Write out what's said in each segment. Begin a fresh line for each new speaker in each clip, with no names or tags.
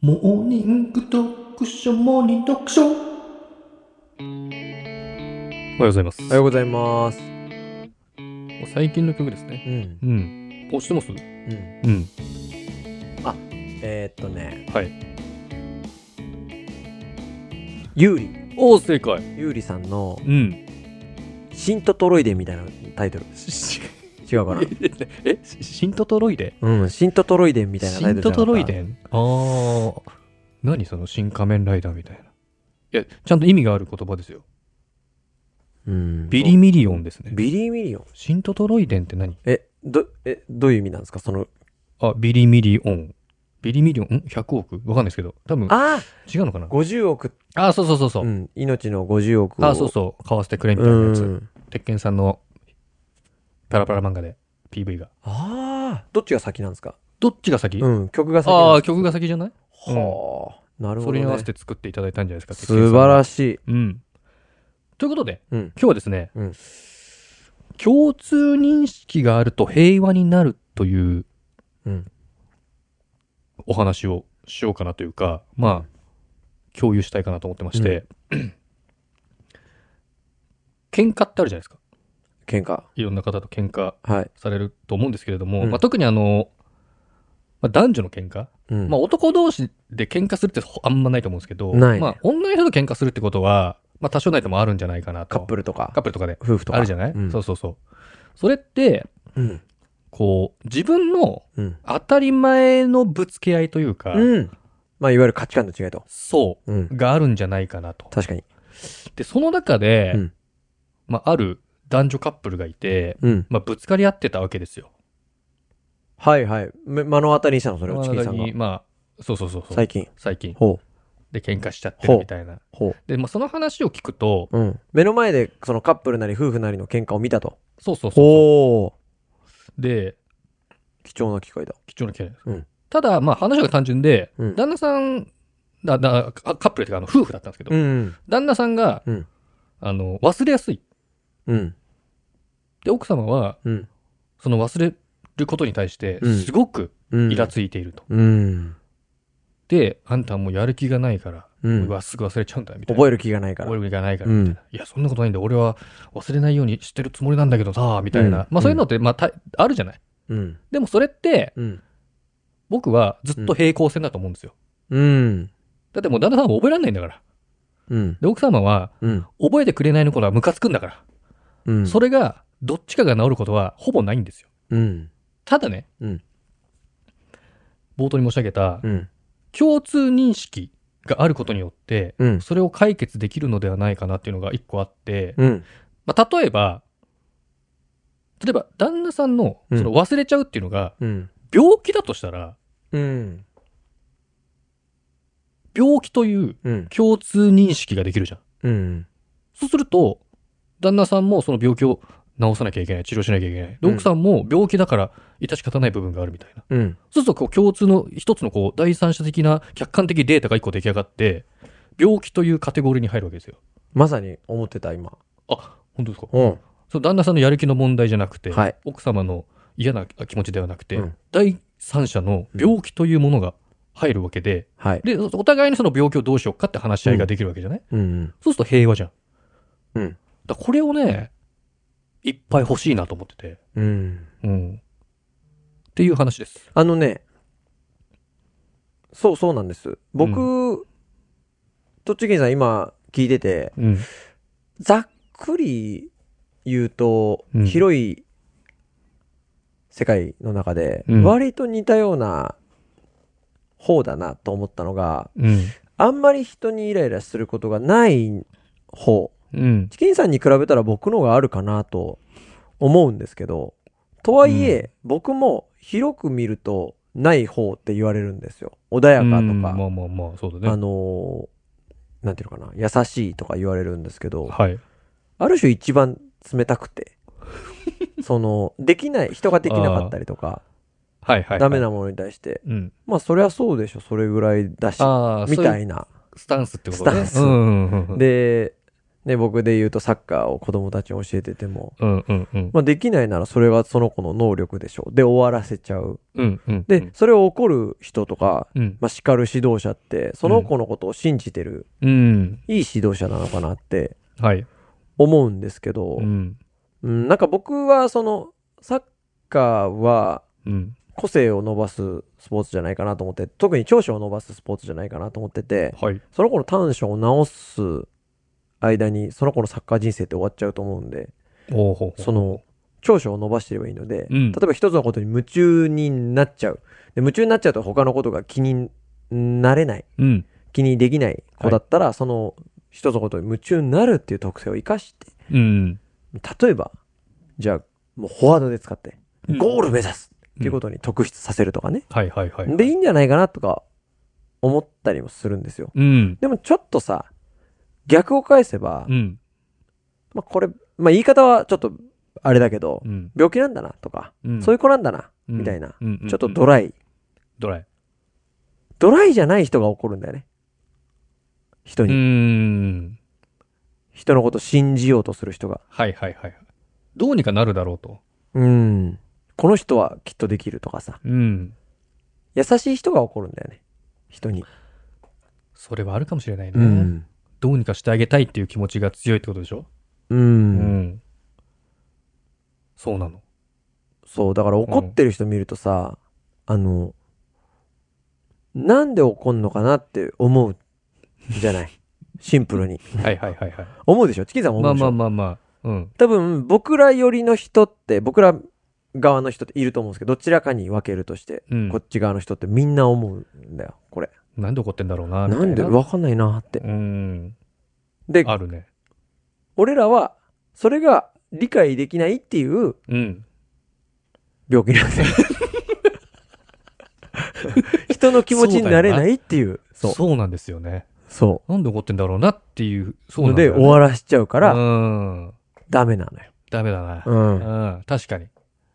モーニング読書、モーニング読書。
おはようございます。
おはようございます。
もう最近の曲ですね。
うん。
うん。
押してます
うん。
うん。
えー、っとね、
はい。
ユーリ。
おお、正解。
ユーリさんの、
うん。
シントトロイデみたいなタイトル。違うかな
え、しシントトロイデ
うん、シントトロイデみたいなタ
シ
イトル
ン
じ
ト
ゃなか
ト
った
ロイデンあー。何その新仮面ライダーみたいな。いや、ちゃんと意味がある言葉ですよ。
うん。
ビリミリオンですね。
ビリーミリオン。
シントトロイデンって何
え、ど、え、どういう意味なんですかその、
あ、ビリミリオン。ビリミリオンん ?100 億わかんないですけど。多分、
あ
違うのかな
あ !50 億、
あー、そうそうそうそうう。
ん、命の50億を。
あー、そうそう。買わせてくれみたいなや
う
つ。
ん。
鉄拳さんのパラパラ漫画で PV が。
ああ、どっちが先なんですか
どっちが先
うん、曲が先
あ
な
あ、
んですか。
曲が先じゃないうん
はあ、なるほ
そ
ど、ね。
れに合わせて作っていただいたんじゃないですか。
素晴ら
しい。
しい。
うん。ということで、
うん。
今日はですね、
うん
共通認識があると平和になるという
うん。
お話をしようかなというか、まあ、共有したいかなと思ってまして、 喧嘩ってあるじゃないですか。
喧嘩。
いろんな方と喧嘩
はい。
されると思うんですけれども、
うん
まあ、特にあの、まあ、男女の喧嘩
うん。
まあ男同士で喧嘩するってほあんまないと思うんですけど、
ないね
まあ女の人と喧嘩するってことは、まあ多少ないともあるんじゃないかなと。
カップルとか
カッ、プルとかで。
夫婦とか。
あるじゃない、
うん
そうそうそう。それって、
うん。
こう、自分の
うん。
当たり前のぶつけ合いというか、
うん。まあ、いわゆる価値観の違いと。
そ
うん
う、。があるんじゃないかなと。
確かに。
で、その中で、
うん
まあある男女カップルがいて、
うん。
まあぶつかり合ってたわけですよ。
はいはい。め目の当たりにしたの、それを、チキンさんが
に、。まあ、そうそうそうそう。
最近。
最近。
ほう。
で、喧嘩しちゃってるみたいな。
ほ
で、まあその話を聞くと、
う。うん。目の前で、そのカップルなり夫婦なりの喧嘩を見たと。
そうそうそうそう。
ほう。
で、
貴重な機会だ。
貴重な機会です。
うん
ただ、まあ話が単純で、
うん
旦那さん、だだカカップルっていうかあの夫婦だったんですけど、
うん。
旦那さんが、
うん
あの忘れやすい。
うん。
で、奥様は、
うん。
その忘れることに対して
うん、
すごく
うん。
イラついていると。
うん。
で、あんたもうやる気がないから、
うん
うわ、すぐ忘れちゃうんだ、みたいな。
覚える気がないから。
覚える気がないから、
うん
みたいな。いや、そんなことないんだ。俺は忘れないようにしてるつもりなんだけどさ、みたいな。
うん
まあそういうのって、まあた、あるじゃない。
うん。
でもそれって、
うん。
僕はずっと平行線だと思うんですよ。
うん。
だってもう旦那さんも覚えられないんだから。
うん。
で、奥様は、
うん。
覚えてくれないの頃はムカつくんだから、
うん。
それがどっちかが治ることはほぼないんですよ
うん。
ただね、
うん
冒頭に申し上げた、
うん。
共通認識があることによって、
うん。
それを解決できるのではないかなっていうのが一個あって、
うん。
まあ、例えば例えば旦那さんの
うん
その忘れちゃうっていうのが
うん。
病気だとしたら
うん。
病気という
うん。
共通認識ができるじゃん
うん。
そうすると、旦那さんもその病気を治さなきゃいけない、治療しなきゃいけない。で、
うん
奥さんも病気だから、致し方ない部分があるみたいな。
うん。
そうすると、こう、共通の一つのこう、第三者的な客観的データが一個出来上がって、病気というカテゴリーに入るわけですよ。
まさに思ってた、今。
あ、本当ですか
うん。
その旦那さんのやる気の問題じゃなくて、
はい
奥様の嫌な気持ちではなくて、
うん
第三者の病気というものが入るわけで、
はい。
で、お互いにその病気をどうしようかって話し合いができるわけじゃない、
うん。
そうすると平和じゃん。
うん。
だからこれをね、いっぱい欲しいなと思ってて。
うん。
うん。っていう話です。
あのね、そうそうなんです。僕、とちぎんさん今聞いてて、
うん。
ざっくり言うと、
うん
広い世界の中で、
うん
割と似たような方だなと思ったのが、
うん。
あんまり人にイライラすることがない方。
うん。
チキンさんに比べたら僕のがあるかなと思うんですけど、とはいえ、僕も広く見るとない方って言われるんですよ。穏やかとか、
うんまあまあまあ、そうだ
あ
ね。
のーなんていうのかな、優しいとか言われるんですけど、
はい。
ある種一番冷たくて、 その、できない、人ができなかったりとか、
はいはい。
ダメ。なものに対して、
うん。
まあそりゃそうでしょ、それぐらいだし、
ああ、
み
そう
た
いう
いな。
スタンスってことね。
スタンス
うんうんうんうん。
で、ね、僕で言うとサッカーを子供たちに教えてても、
うんうんうん。
まあ、できないならそれはその子の能力でしょう。で、終わらせちゃう。
うんうん。
で、、それを怒る人とか、
うん。
まあ、叱る指導者って、その子のことを信じてる、
うん。
いい指導者なのかなって
はい。
思うんですけど、
うん。
うん、なんか僕はその、サッカーは
うん。
個性を伸ばすスポーツじゃないかなと思って、特に長所を伸ばすスポーツじゃないかなと思ってて、
はい。
その子の短所を直す間に、その子のサッカー人生って終わっちゃうと思うんで、
おうほうほう
その、長所を伸ばしていればいいので、
うん
例えば一つのことに夢中になっちゃう。で夢中になっちゃうと他のことが気になれない。
うん。
気にできない子だったら、その一つのことに夢中になるっていう特性を生かして、
うん。
例えば、じゃあ、もうフォワードで使って、
うん
ゴール目指すっていうことに特筆させるとかね。
はいはいはい。
で、いいんじゃないかなとか思ったりもするんですよ。
うん。
でもちょっとさ、逆を返せば、
うん。
まあこれ、まあ言い方はちょっとあれだけど
う、ん。
病気なんだなとか、
うん
そういう子なんだな、
うん
みたいな、
うんうん
ちょっとドライ。
ドライ。
ドライじゃない人が怒るんだよね。人
う
に。
ーん。
人のこと信じようとする人が。
はいはいはいはい。どうにかなるだろうと。
うん。この人はきっとできるとかさ。
うん。
優しい人が怒るんだよね。人に。
それはあるかもしれないね。
うん。
どうにかしてあげたいっていう気持ちが強いってことでしょ
う。
うんそうなの。
そう、だから怒ってる人見るとさ、あの、なんで怒んのかなって思う じゃない。シンプルに。
はいはいはい はい。
思うでしょチキンさんも
ま
思う
あ
でしょ、
まあまあまあ。うん。
多分、僕ら寄りの人って、僕ら側の人っていると思うんですけど、どちらかに分けるとして、
うん
こっち側の人ってみんな思うんだよ、これ。
なんで怒ってんだろうな、みた
ないんで
な。
分かんないなって。
うん。
で、
あるね。
俺らは、それが理解できないっていう
うん。
病気な んだよ。人の気持ちになれないっていう。そ
そうう。なんですよね。
そ
なんで怒ってんだろうなっていう、
う。
そうなんだ
で、
よ、ね。
終わらしちゃうから、
うん。
ダメなのよ。
ダメだな。
うん。
うん。確かに。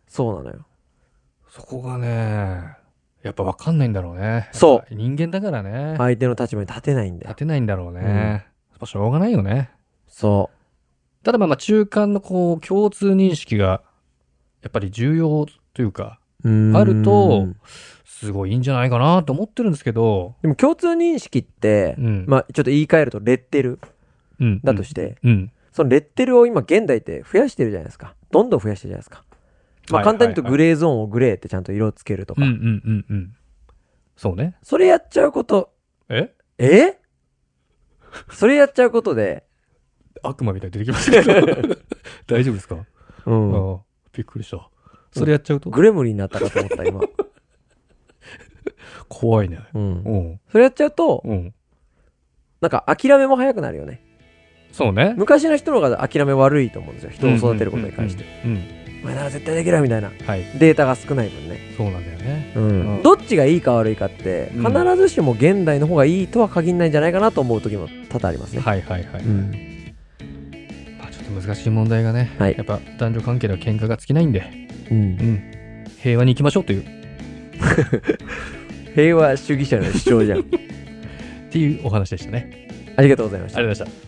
そうなのよ。
そこがね、やっぱ分かんないんだろうね。。
そう
人間だからね。
相手の立場に立てないんだよ
立。てないんだろうね。やっぱしょうがないよね。
そ
ただまあまあ中間のこう共通認識がやっぱり重要というか、
う。うーん
あると、すごいいいんじゃないかなと思ってるんですけど、
でも共通認識って、
うん
まあちょっと言い換えるとレッテル
うん。
だとして、
うん。
そのレッテルを今現代って増やしてるじゃないですか。どんどん増やしてるじゃないですか。まあ簡単に言うとグ
レ
レーゾーンをグレーってちゃんと色をつけるとか。
うんうんうんうん。そうね。
それやっちゃうこと、
え
えそれやっちゃうことで、
悪魔みたいに出てきま したけど。大丈夫ですか、
うん。
ああびっくりした。それやっちゃうと
グレムリンになったかと思った今。
怖いね。
うん
う。ん。
それやっちゃうと、
うん。
なんか諦めも早くなるよね。
そうね。
昔の人の方が諦め悪いと思うんですよ。人を育てることに関して。
うん。うん
お前なら絶対できるよみたいな。
うんはい。
データが少ない分ね。
そうなんだよね。うん
どっちがいいか悪いかって
うん
必ずしも現代の方がいいとは限らないんじゃないかなと思う時も多々ありますね。
はいはいはい。
うん
まあ、ちょっと難しい問題がね、
はい
やっぱ男女関係では喧嘩が尽きないんで、
うん
うん、平和に行きましょうという、
平和主義者の主張じゃん。
っていうお話でしたね。
ありがとうございました
あ。りがとうございました。